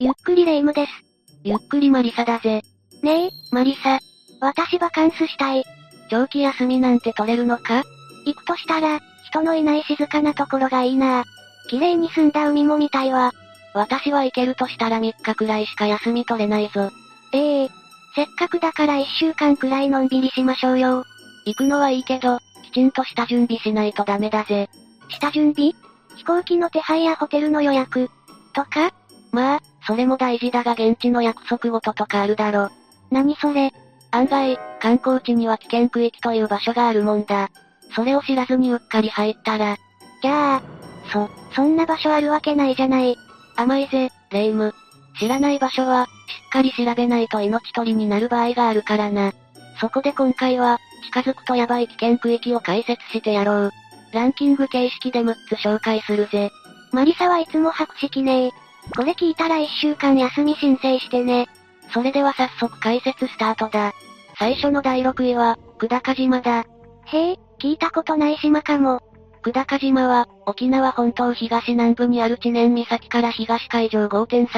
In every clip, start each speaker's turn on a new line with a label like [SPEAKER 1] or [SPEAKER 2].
[SPEAKER 1] ゆっくりレ夢ムです。
[SPEAKER 2] ゆっくりマリサだぜ。
[SPEAKER 1] ねえ、
[SPEAKER 2] マリサ、
[SPEAKER 1] 私バカンスしたい。
[SPEAKER 2] 長期休みなんて取れるのか
[SPEAKER 1] 行くとしたら、人のいない静かなところがいいな綺麗に澄んだ海も見たいわ。
[SPEAKER 2] 私は行けるとしたら3日くらいしか休み取れないぞ。
[SPEAKER 1] ええせっかくだから1週間くらいのんびりしましょうよ。
[SPEAKER 2] 行くのはいいけど、きちんとした準備しないとダメだぜ。
[SPEAKER 1] 下準備飛行機の手配やホテルの予約。とか
[SPEAKER 2] まあ、それも大事だが現地の約束事とかあるだろ。
[SPEAKER 1] 何それ
[SPEAKER 2] 案外、観光地には危険区域という場所があるもんだ。それを知らずにうっかり入ったら、
[SPEAKER 1] じゃあ、
[SPEAKER 2] そ、
[SPEAKER 1] そんな場所あるわけないじゃない。
[SPEAKER 2] 甘いぜ、レイム。知らない場所は、しっかり調べないと命取りになる場合があるからな。そこで今回は、近づくとヤバい危険区域を解説してやろう。ランキング形式で6つ紹介するぜ。
[SPEAKER 1] マリサはいつも白色ねえ。これ聞いたら1週間休み申請してね。
[SPEAKER 2] それでは早速解説スタートだ。最初の第6位は、久高島だ。
[SPEAKER 1] へえ、聞いたことない島かも。
[SPEAKER 2] 久高島は、沖縄本島東南部にある知念岬から東海上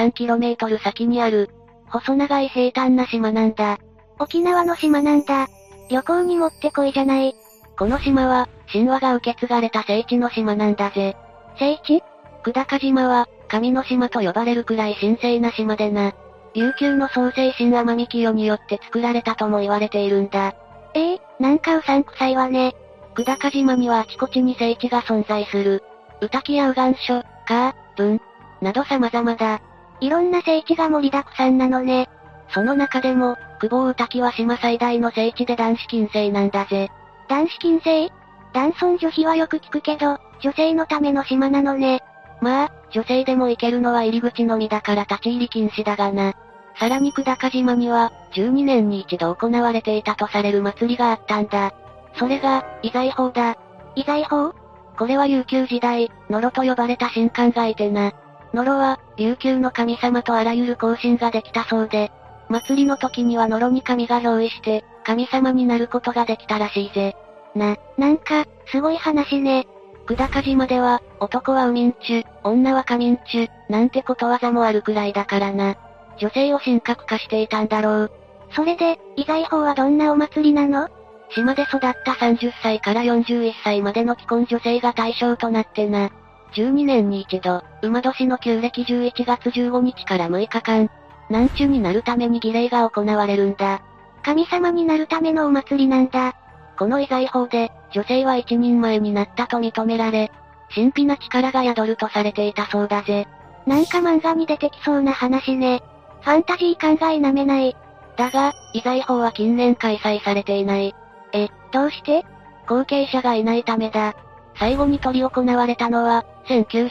[SPEAKER 2] 5.3km 先にある、細長い平坦な島なんだ。
[SPEAKER 1] 沖縄の島なんだ。旅行にもってこいじゃない。
[SPEAKER 2] この島は、神話が受け継がれた聖地の島なんだぜ。
[SPEAKER 1] 聖地
[SPEAKER 2] 久高島は、神の島と呼ばれるくらい神聖な島でな。琉球の創世神天海清によって作られたとも言われているんだ。
[SPEAKER 1] ええなんかうさんくさいわね。
[SPEAKER 2] 久高島にはあちこちに聖地が存在する。宇滝や右岸所、カー、文、など様々だ。
[SPEAKER 1] いろんな聖地が盛りだくさんなのね。
[SPEAKER 2] その中でも、久保宇滝は島最大の聖地で男子禁制なんだぜ。
[SPEAKER 1] 男子禁制男尊女卑はよく聞くけど、女性のための島なのね。
[SPEAKER 2] まあ、女性でも行けるのは入り口のみだから立ち入り禁止だがな。さらに久高島には、12年に一度行われていたとされる祭りがあったんだ。それが、遺財法だ。
[SPEAKER 1] 遺財法
[SPEAKER 2] これは琉球時代、ノロと呼ばれた神官がいてな。ノロは、琉球の神様とあらゆる交信ができたそうで、祭りの時にはノロに神が憑依して、神様になることができたらしいぜ。
[SPEAKER 1] な、なんか、すごい話ね。
[SPEAKER 2] 久高島では、男は右民中、女は下民中、なんてことわざもあるくらいだからな。女性を神格化していたんだろう。
[SPEAKER 1] それで、遺財法はどんなお祭りなの
[SPEAKER 2] 島で育った30歳から41歳までの既婚女性が対象となってな。12年に一度、馬年の旧暦11月15日から6日間、南中になるために儀礼が行われるんだ。
[SPEAKER 1] 神様になるためのお祭りなんだ。
[SPEAKER 2] この遺財法で、女性は一人前になったと認められ、神秘な力が宿るとされていたそうだぜ。
[SPEAKER 1] なんか漫画に出てきそうな話ね。ファンタジー考えなめない。
[SPEAKER 2] だが、遺財法は近年開催されていない。
[SPEAKER 1] え、どうして
[SPEAKER 2] 後継者がいないためだ。最後に執り行われたのは、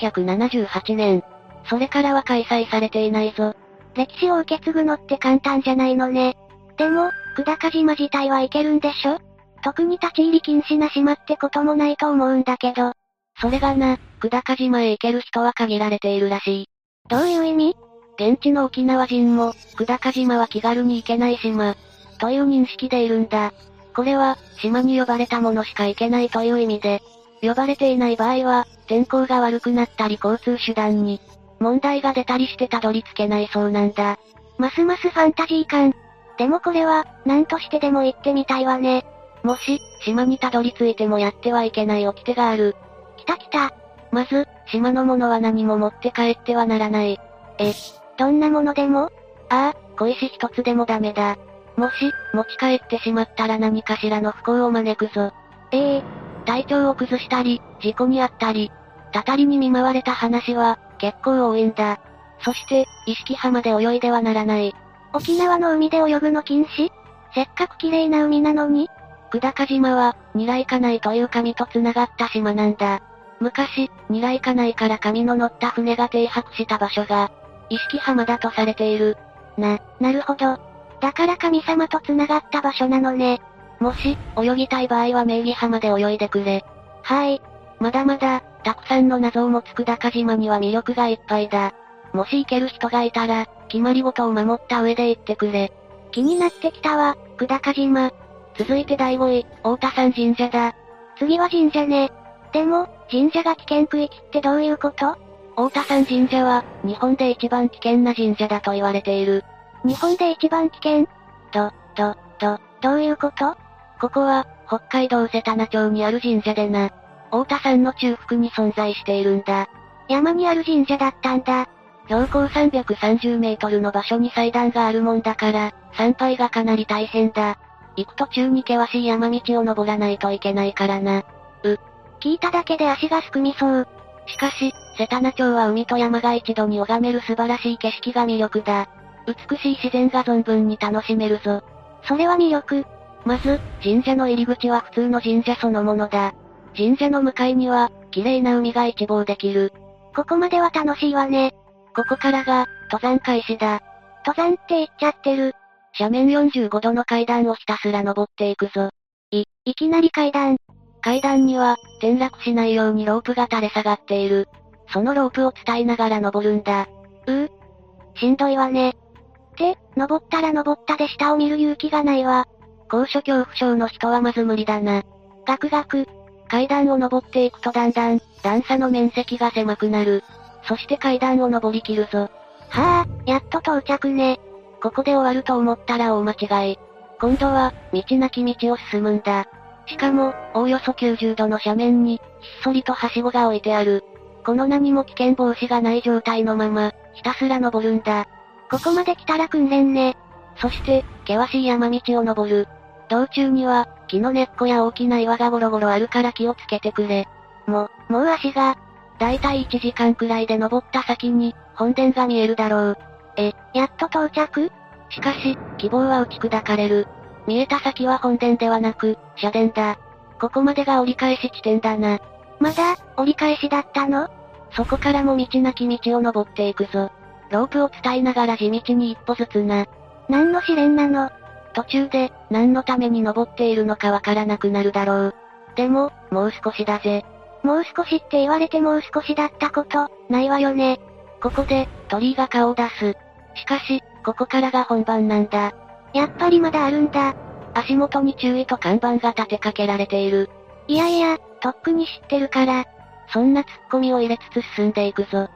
[SPEAKER 2] 1978年。それからは開催されていないぞ。
[SPEAKER 1] 歴史を受け継ぐのって簡単じゃないのね。でも、久高島自体はいけるんでしょ特に立ち入り禁止な島ってこともないと思うんだけど。
[SPEAKER 2] それがな、久高島へ行ける人は限られているらしい。
[SPEAKER 1] どういう意味
[SPEAKER 2] 現地の沖縄人も、久高島は気軽に行けない島、という認識でいるんだ。これは、島に呼ばれたものしか行けないという意味で、呼ばれていない場合は、天候が悪くなったり交通手段に、問題が出たりしてたどり着けないそうなんだ。
[SPEAKER 1] ますますファンタジー感。でもこれは、何としてでも行ってみたいわね。
[SPEAKER 2] もし、島にたどり着いてもやってはいけない掟がある。
[SPEAKER 1] 来た来た。
[SPEAKER 2] まず、島のものは何も持って帰ってはならない。
[SPEAKER 1] え、どんなものでも
[SPEAKER 2] ああ、小石一つでもダメだ。もし、持ち帰ってしまったら何かしらの不幸を招くぞ。
[SPEAKER 1] ええ
[SPEAKER 2] 体調を崩したり、事故にあったり、たたりに見舞われた話は、結構多いんだ。そして、意識浜で泳いではならない。
[SPEAKER 1] 沖縄の海で泳ぐの禁止せっかく綺麗な海なのに
[SPEAKER 2] 久高島は、ニライカナイという神と繋がった島なんだ。昔、ニライカナイから神の乗った船が停泊した場所が、意識浜だとされている。
[SPEAKER 1] な、なるほど。だから神様と繋がった場所なのね。
[SPEAKER 2] もし、泳ぎたい場合は名義浜で泳いでくれ。
[SPEAKER 1] はい。
[SPEAKER 2] まだまだ、たくさんの謎を持つ久高島には魅力がいっぱいだ。もし行ける人がいたら、決まり事を守った上で行ってくれ。
[SPEAKER 1] 気になってきたわ、久高島。
[SPEAKER 2] 続いて第5位、大田山神社だ。
[SPEAKER 1] 次は神社ね。でも、神社が危険区域ってどういうこと
[SPEAKER 2] 大田山神社は、日本で一番危険な神社だと言われている。
[SPEAKER 1] 日本で一番危険
[SPEAKER 2] ど、ど、ど、
[SPEAKER 1] どういうこと
[SPEAKER 2] ここは、北海道瀬田名町にある神社でな。大田山の中腹に存在しているんだ。
[SPEAKER 1] 山にある神社だったんだ。
[SPEAKER 2] 標高330メートルの場所に祭壇があるもんだから、参拝がかなり大変だ。行く途中に険しい山道を登らないといけないからな。う。
[SPEAKER 1] 聞いただけで足がすくみそう。
[SPEAKER 2] しかし、瀬田名町は海と山が一度に拝める素晴らしい景色が魅力だ。美しい自然が存分に楽しめるぞ。
[SPEAKER 1] それは魅力。
[SPEAKER 2] まず、神社の入り口は普通の神社そのものだ。神社の向かいには、綺麗な海が一望できる。
[SPEAKER 1] ここまでは楽しいわね。
[SPEAKER 2] ここからが、登山開始だ。
[SPEAKER 1] 登山って言っちゃってる。
[SPEAKER 2] 斜面45度の階段をひたすら登っていくぞ。
[SPEAKER 1] い、いきなり階段。
[SPEAKER 2] 階段には、転落しないようにロープが垂れ下がっている。そのロープを伝いながら登るんだ。
[SPEAKER 1] ううしんどいわね。って、登ったら登ったで下を見る勇気がないわ。
[SPEAKER 2] 高所恐怖症の人はまず無理だな。ガクガク。階段を登っていくとだんだん、段差の面積が狭くなる。そして階段を登りきるぞ。
[SPEAKER 1] はあ、やっと到着ね。
[SPEAKER 2] ここで終わると思ったら大間違い。今度は、道なき道を進むんだ。しかも、おおよそ90度の斜面に、ひっそりとはしごが置いてある。この何も危険防止がない状態のまま、ひたすら登るんだ。
[SPEAKER 1] ここまで来たら訓練ね。
[SPEAKER 2] そして、険しい山道を登る。道中には、木の根っこや大きな岩がゴロゴロあるから気をつけてくれ。
[SPEAKER 1] も、もう足が、
[SPEAKER 2] だいたい1時間くらいで登った先に、本殿が見えるだろう。
[SPEAKER 1] え、やっと到着
[SPEAKER 2] しかし、希望は打ち砕かれる。見えた先は本殿ではなく、社殿だ。ここまでが折り返し地点だな。
[SPEAKER 1] まだ、折り返しだったの
[SPEAKER 2] そこからも道なき道を登っていくぞ。ロープを伝いながら地道に一歩ずつな。
[SPEAKER 1] 何の試練なの
[SPEAKER 2] 途中で、何のために登っているのかわからなくなるだろう。でも、もう少しだぜ。
[SPEAKER 1] もう少しって言われてもう少しだったこと、ないわよね。
[SPEAKER 2] ここで、鳥居が顔を出す。しかし、ここからが本番なんだ。
[SPEAKER 1] やっぱりまだあるんだ。
[SPEAKER 2] 足元に注意と看板が立てかけられている。
[SPEAKER 1] いやいや、とっくに知ってるから。
[SPEAKER 2] そんな突っ込みを入れつつ進んでいくぞ。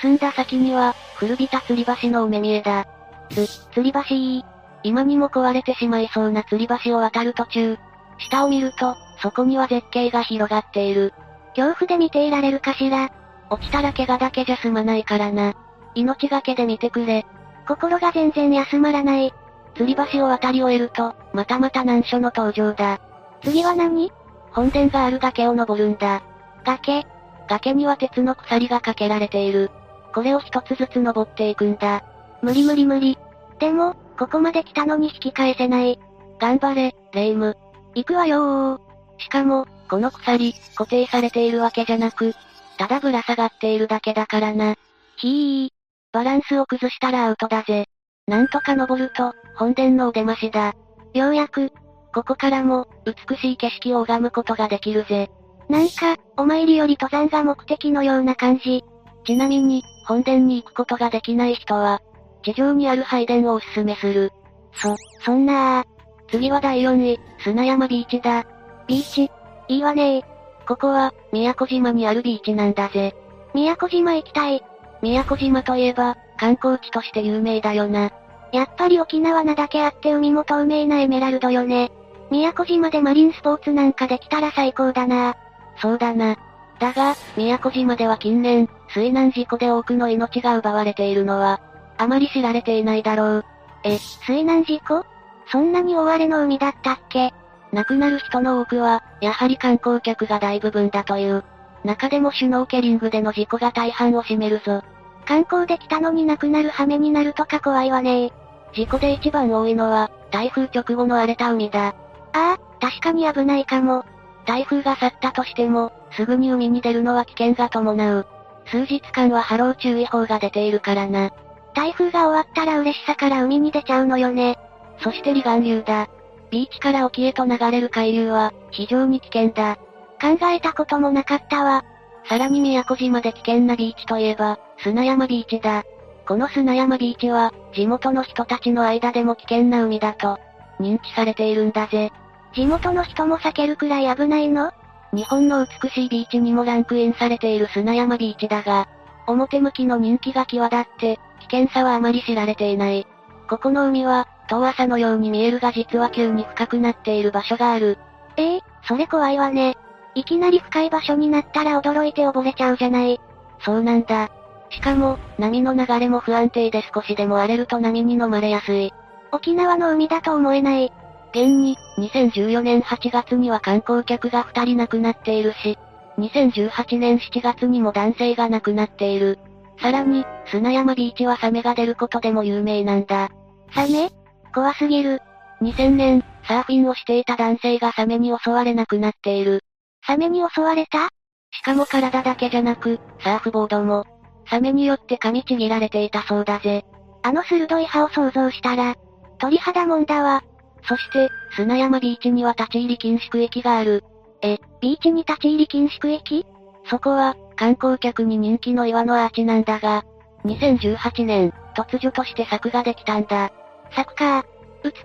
[SPEAKER 2] 進んだ先には、古びた吊り橋のお目見えだ。
[SPEAKER 1] つ、吊り橋いい。
[SPEAKER 2] 今にも壊れてしまいそうな吊り橋を渡る途中、下を見ると、そこには絶景が広がっている。
[SPEAKER 1] 恐怖で見ていられるかしら。
[SPEAKER 2] 落ちたら怪我だけじゃ済まないからな。命がけで見てくれ。
[SPEAKER 1] 心が全然休まらない。
[SPEAKER 2] 吊り橋を渡り終えると、またまた難所の登場だ。
[SPEAKER 1] 次は何
[SPEAKER 2] 本殿がある崖を登るんだ。
[SPEAKER 1] 崖
[SPEAKER 2] 崖には鉄の鎖がかけられている。これを一つずつ登っていくんだ。
[SPEAKER 1] 無理無理無理。でも、ここまで来たのに引き返せない。
[SPEAKER 2] 頑張れ、レイム。
[SPEAKER 1] 行くわよ
[SPEAKER 2] しかも、この鎖、固定されているわけじゃなく、ただぶら下がっているだけだからな。ひー。バランスを崩したらアウトだぜ。なんとか登ると、本殿のお出ましだ。
[SPEAKER 1] ようやく、
[SPEAKER 2] ここからも、美しい景色を拝むことができるぜ。
[SPEAKER 1] なんか、お参りより登山が目的のような感じ。
[SPEAKER 2] ちなみに、本殿に行くことができない人は、地上にある拝殿をおすすめする。
[SPEAKER 1] そ、そんなー。
[SPEAKER 2] 次は第4位、砂山ビーチだ。
[SPEAKER 1] ビーチ、いいわね
[SPEAKER 2] ここは、宮古島にあるビーチなんだぜ。
[SPEAKER 1] 宮古島行きたい。
[SPEAKER 2] 宮古島といえば、観光地として有名だよな。
[SPEAKER 1] やっぱり沖縄なだけあって海も透明なエメラルドよね。宮古島でマリンスポーツなんかできたら最高だな。
[SPEAKER 2] そうだな。だが、宮古島では近年、水難事故で多くの命が奪われているのは、あまり知られていないだろう。
[SPEAKER 1] え、水難事故そんなに大荒れの海だったっけ
[SPEAKER 2] 亡くなる人の多くは、やはり観光客が大部分だという。中でもシュノーケリングでの事故が大半を占めるぞ。
[SPEAKER 1] 観光できたのに亡くなる羽目になるとか怖いわね
[SPEAKER 2] 事故で一番多いのは、台風直後の荒れた海だ。
[SPEAKER 1] ああ、確かに危ないかも。
[SPEAKER 2] 台風が去ったとしても、すぐに海に出るのは危険が伴う。数日間は波浪注意報が出ているからな。
[SPEAKER 1] 台風が終わったら嬉しさから海に出ちゃうのよね。
[SPEAKER 2] そして離岸流だ。ビーチから沖へと流れる海流は、非常に危険だ。
[SPEAKER 1] 考えたこともなかったわ。
[SPEAKER 2] さらに宮古島で危険なビーチといえば、砂山ビーチだ。この砂山ビーチは、地元の人たちの間でも危険な海だと、認知されているんだぜ。
[SPEAKER 1] 地元の人も避けるくらい危ないの
[SPEAKER 2] 日本の美しいビーチにもランクインされている砂山ビーチだが、表向きの人気が際立って、危険さはあまり知られていない。ここの海は、遠浅のように見えるが実は急に深くなっている場所がある。
[SPEAKER 1] ええー、それ怖いわね。いきなり深い場所になったら驚いて溺れちゃうじゃない。
[SPEAKER 2] そうなんだ。しかも、波の流れも不安定で少しでも荒れると波に飲まれやすい。
[SPEAKER 1] 沖縄の海だと思えない。
[SPEAKER 2] 現に、2014年8月には観光客が2人亡くなっているし、2018年7月にも男性が亡くなっている。さらに、砂山ビーチはサメが出ることでも有名なんだ。
[SPEAKER 1] サメ怖すぎる。
[SPEAKER 2] 2000年、サーフィンをしていた男性がサメに襲われなくなっている。
[SPEAKER 1] サメに襲われた
[SPEAKER 2] しかも体だけじゃなく、サーフボードも、サメによって噛みちぎられていたそうだぜ。
[SPEAKER 1] あの鋭い歯を想像したら、鳥肌もんだわ。
[SPEAKER 2] そして、砂山ビーチには立ち入り禁止区域がある。
[SPEAKER 1] え、ビーチに立ち入り禁止区域
[SPEAKER 2] そこは、観光客に人気の岩のアーチなんだが、2018年、突如として柵ができたんだ。
[SPEAKER 1] 柵か。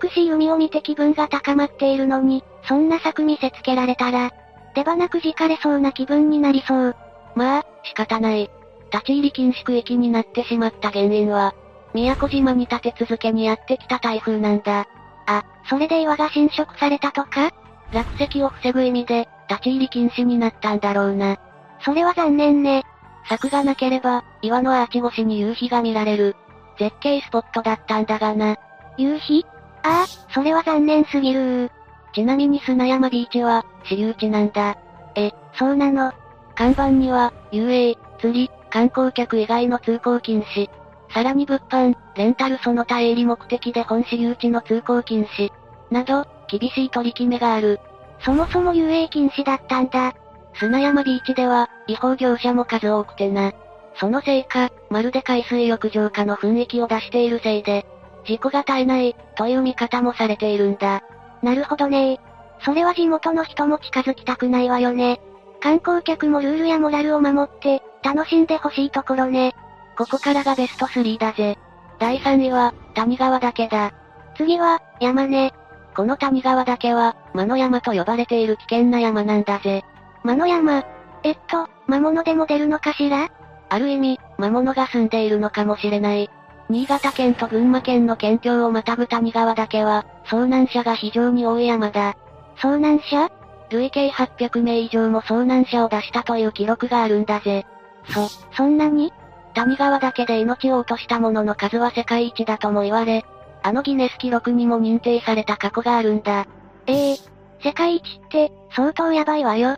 [SPEAKER 1] 美しい海を見て気分が高まっているのに、そんな柵見せつけられたら、出花くじかれそうな気分になりそう。
[SPEAKER 2] まあ、仕方ない。立ち入り禁止区域になってしまった原因は、宮古島に立て続けにやってきた台風なんだ。
[SPEAKER 1] あ、それで岩が侵食されたとか
[SPEAKER 2] 落石を防ぐ意味で、立ち入り禁止になったんだろうな。
[SPEAKER 1] それは残念ね。
[SPEAKER 2] 柵がなければ、岩のアーチ越しに夕日が見られる。絶景スポットだったんだがな。
[SPEAKER 1] 夕日ああ、それは残念すぎる
[SPEAKER 2] ちなみに砂山ビーチは、私有地なんだ。
[SPEAKER 1] え、そうなの。
[SPEAKER 2] 看板には、遊泳、釣り、観光客以外の通行禁止。さらに物販、レンタルその他営利目的で本私有地の通行禁止。など、厳しい取り決めがある。
[SPEAKER 1] そもそも遊泳禁止だったんだ。
[SPEAKER 2] 砂山ビーチでは、違法業者も数多くてな。そのせいか、まるで海水浴場化の雰囲気を出しているせいで、事故が絶えない、という見方もされているんだ。
[SPEAKER 1] なるほどねそれは地元の人も近づきたくないわよね。観光客もルールやモラルを守って、楽しんでほしいところね。
[SPEAKER 2] ここからがベスト3だぜ。第3位は、谷川岳だ。
[SPEAKER 1] 次は、山ね。
[SPEAKER 2] この谷川岳は、魔の山と呼ばれている危険な山なんだぜ。
[SPEAKER 1] 魔の山えっと、魔物でも出るのかしら
[SPEAKER 2] ある意味、魔物が住んでいるのかもしれない。新潟県と群馬県の県境をまたぐ谷川岳は、遭難者が非常に多い山だ。
[SPEAKER 1] 遭難者
[SPEAKER 2] 累計800名以上も遭難者を出したという記録があるんだぜ。
[SPEAKER 1] そ、そんなに
[SPEAKER 2] 谷川岳で命を落とした者の数は世界一だとも言われ、あのギネス記録にも認定された過去があるんだ。
[SPEAKER 1] ええー、世界一って、相当やばいわよ。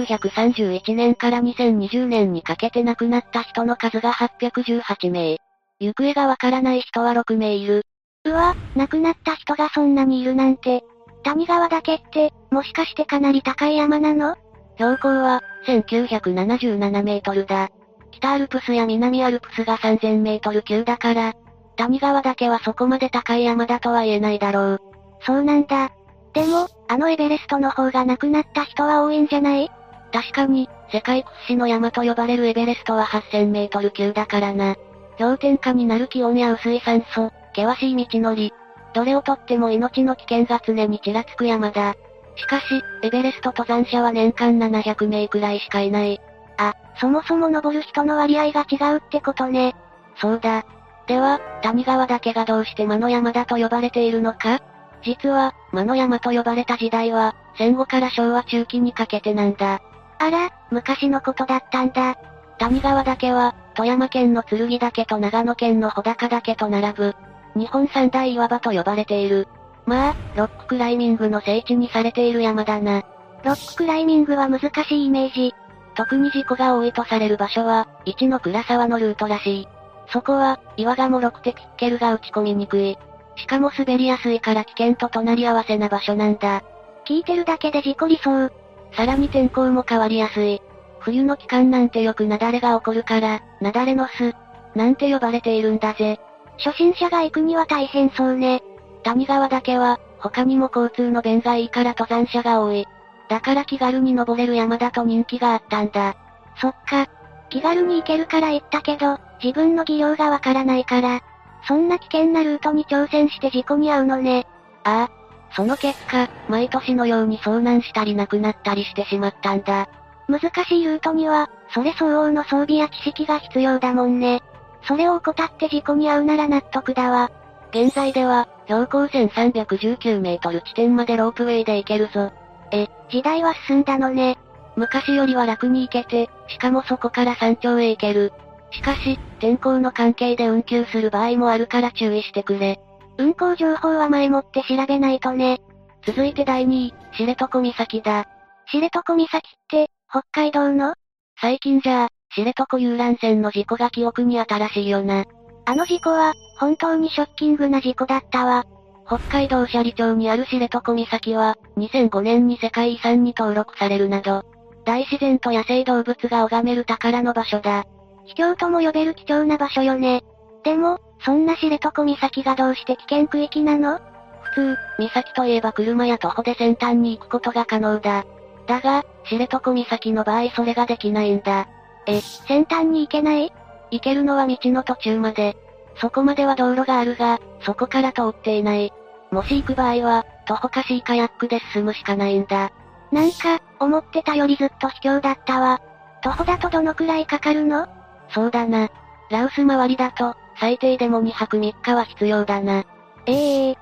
[SPEAKER 2] 1931年から2020年にかけて亡くなった人の数が818名。行方がわからない人は6名いる。
[SPEAKER 1] うわ、亡くなった人がそんなにいるなんて。谷川岳って、もしかしてかなり高い山なの
[SPEAKER 2] 標高は、1977メートルだ。北アルプスや南アルプスが3000メートル級だから、谷川岳はそこまで高い山だとは言えないだろう。
[SPEAKER 1] そうなんだ。でも、あのエベレストの方が亡くなった人は多いんじゃない
[SPEAKER 2] 確かに、世界屈指の山と呼ばれるエベレストは8000メートル級だからな。氷点下になる気温や薄い酸素、険しい道のり。どれをとっても命の危険が常にちらつく山だ。しかし、エベレスト登山者は年間700名くらいしかいない。
[SPEAKER 1] あ、そもそも登る人の割合が違うってことね。
[SPEAKER 2] そうだ。では、谷川岳がどうして魔の山だと呼ばれているのか実は、魔の山と呼ばれた時代は、戦後から昭和中期にかけてなんだ。
[SPEAKER 1] あら、昔のことだったんだ。
[SPEAKER 2] 谷川岳は、富山県の剣岳と長野県の穂高岳と並ぶ、日本三大岩場と呼ばれている。まあ、ロッククライミングの聖地にされている山だな。
[SPEAKER 1] ロッククライミングは難しいイメージ。
[SPEAKER 2] 特に事故が多いとされる場所は、一の倉沢のルートらしい。そこは、岩がもろくてキッケルが打ち込みにくい。しかも滑りやすいから危険と隣り合わせな場所なんだ。
[SPEAKER 1] 聞いてるだけで事故りそう。
[SPEAKER 2] さらに天候も変わりやすい。冬の期間なんてよく雪崩が起こるから、雪崩の巣、なんて呼ばれているんだぜ。
[SPEAKER 1] 初心者が行くには大変そうね。
[SPEAKER 2] 谷川岳は、他にも交通の便がいいから登山者が多い。だから気軽に登れる山だと人気があったんだ。
[SPEAKER 1] そっか。気軽に行けるから行ったけど、自分の技量がわからないから、そんな危険なルートに挑戦して事故に遭うのね。
[SPEAKER 2] ああ。その結果、毎年のように遭難したり亡くなったりしてしまったんだ。
[SPEAKER 1] 難しいルートには、それ相応の装備や知識が必要だもんね。それを怠って事故に遭うなら納得だわ。
[SPEAKER 2] 現在では、標高1319メートル地点までロープウェイで行けるぞ。
[SPEAKER 1] え、時代は進んだのね。
[SPEAKER 2] 昔よりは楽に行けて、しかもそこから山頂へ行ける。しかし、天候の関係で運休する場合もあるから注意してくれ。
[SPEAKER 1] 運行情報は前もって調べないとね。
[SPEAKER 2] 続いて第2位、知床岬だ。
[SPEAKER 1] 知床岬って、北海道の
[SPEAKER 2] 最近じゃあ、知床遊覧船の事故が記憶に新しいよな。
[SPEAKER 1] あの事故は、本当にショッキングな事故だったわ。
[SPEAKER 2] 北海道斜里町にある知床岬は、2005年に世界遺産に登録されるなど、大自然と野生動物が拝める宝の場所だ。
[SPEAKER 1] 秘境とも呼べる貴重な場所よね。でも、そんな知床岬がどうして危険区域なの
[SPEAKER 2] 普通、岬といえば車や徒歩で先端に行くことが可能だ。だが、知床岬の場合それができないんだ。
[SPEAKER 1] え、先端に行けない
[SPEAKER 2] 行けるのは道の途中まで。そこまでは道路があるが、そこから通っていない。もし行く場合は、徒歩かシーカヤックで進むしかないんだ。
[SPEAKER 1] なんか、思ってたよりずっと卑怯だったわ。徒歩だとどのくらいかかるの
[SPEAKER 2] そうだな。ラオス周りだと、最低でも2泊3日は必要だな。
[SPEAKER 1] ええー、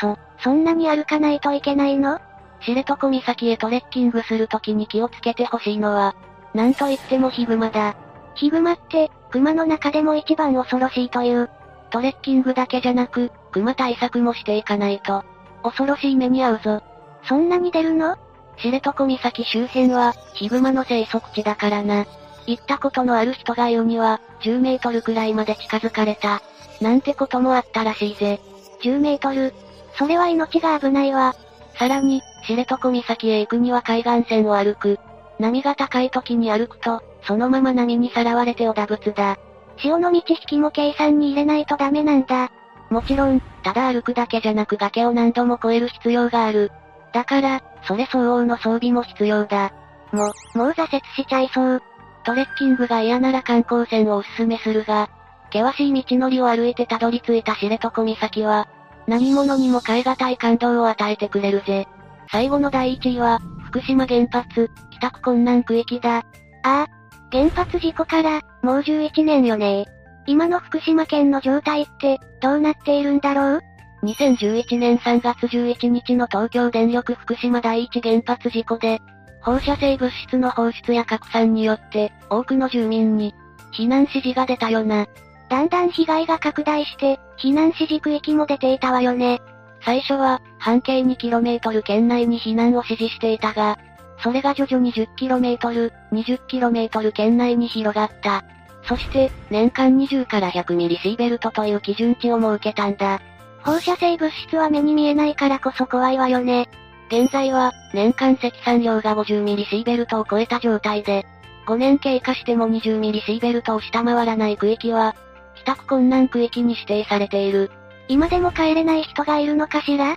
[SPEAKER 1] そ、そんなに歩かないといけないの
[SPEAKER 2] 知床岬へトレッキングするときに気をつけてほしいのは、なんといってもヒグマだ。
[SPEAKER 1] ヒグマって、熊の中でも一番恐ろしいという。
[SPEAKER 2] トレッキングだけじゃなく、熊対策もしていかないと、恐ろしい目に遭うぞ。
[SPEAKER 1] そんなに出るの
[SPEAKER 2] 知床岬周辺は、ヒグマの生息地だからな。行ったことのある人が言うには、10メートルくらいまで近づかれた。なんてこともあったらしいぜ。
[SPEAKER 1] 10メートル。それは命が危ないわ。
[SPEAKER 2] さらに、知床岬へ行くには海岸線を歩く。波が高い時に歩くと、そのまま波にさらわれておだぶつだ。
[SPEAKER 1] 潮の満ち引きも計算に入れないとダメなんだ。
[SPEAKER 2] もちろん、ただ歩くだけじゃなく崖を何度も越える必要がある。だから、それ相応の装備も必要だ。
[SPEAKER 1] も、もう挫折しちゃいそう。
[SPEAKER 2] トレッキングが嫌なら観光船をおすすめするが、険しい道のりを歩いてたどり着いた知床岬は、何者にも代え難い感動を与えてくれるぜ。最後の第1位は、福島原発、帰宅困難区域だ。
[SPEAKER 1] ああ、原発事故から、もう11年よね今の福島県の状態って、どうなっているんだろう
[SPEAKER 2] 2011年3月11日の東京電力福島第一原発事故で、放射性物質の放出や拡散によって、多くの住民に、避難指示が出たよな。
[SPEAKER 1] だんだん被害が拡大して、避難指示区域も出ていたわよね。
[SPEAKER 2] 最初は、半径 2km 圏内に避難を指示していたが、それが徐々に 10km、20km 圏内に広がった。そして、年間20から100ミリシーベルトという基準値を設けたんだ。
[SPEAKER 1] 放射性物質は目に見えないからこそ怖いわよね。
[SPEAKER 2] 現在は、年間積算量が50ミリシーベルトを超えた状態で、5年経過しても20ミリシーベルトを下回らない区域は、帰宅困難区域に指定されている。
[SPEAKER 1] 今でも帰れない人がいるのかしら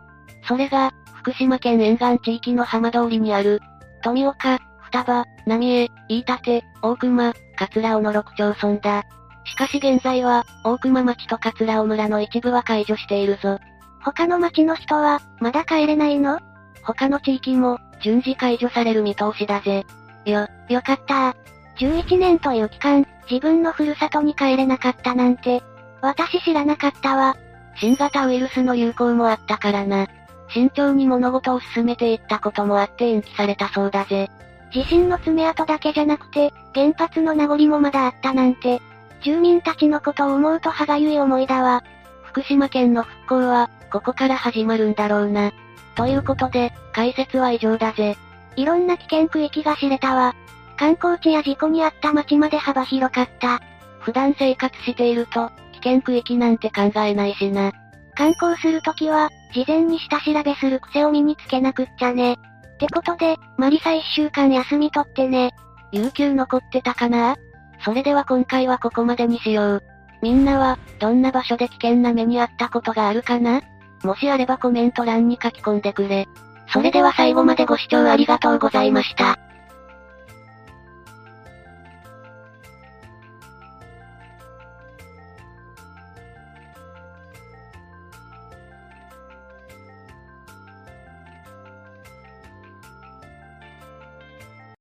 [SPEAKER 2] それが、福島県沿岸地域の浜通りにある、富岡、双葉、浪江、飯舘、大熊、桂尾の6町村だ。しかし現在は、大熊町と桂尾村の一部は解除しているぞ。
[SPEAKER 1] 他の町の人は、まだ帰れないの
[SPEAKER 2] 他の地域も、順次解除される見通しだぜ。
[SPEAKER 1] よ、よかった。11年という期間、自分のふるさとに帰れなかったなんて、私知らなかったわ。
[SPEAKER 2] 新型ウイルスの流行もあったからな。慎重に物事を進めていったこともあって延期されたそうだぜ。
[SPEAKER 1] 地震の爪痕だけじゃなくて、原発の名残もまだあったなんて、住民たちのことを思うと歯がゆい思いだわ。
[SPEAKER 2] 福島県の復興は、ここから始まるんだろうな。ということで、解説は以上だぜ。
[SPEAKER 1] いろんな危険区域が知れたわ。観光地や事故にあった街まで幅広かった。
[SPEAKER 2] 普段生活していると、危険区域なんて考えないしな。
[SPEAKER 1] 観光するときは、事前に下調べする癖を身につけなくっちゃね。ってことで、マリサ一週間休み取ってね。
[SPEAKER 2] 有給残ってたかなそれでは今回はここまでにしよう。みんなは、どんな場所で危険な目にあったことがあるかなもしあればコメント欄に書き込んでくれ。それでは最後までご視聴ありがとうございました。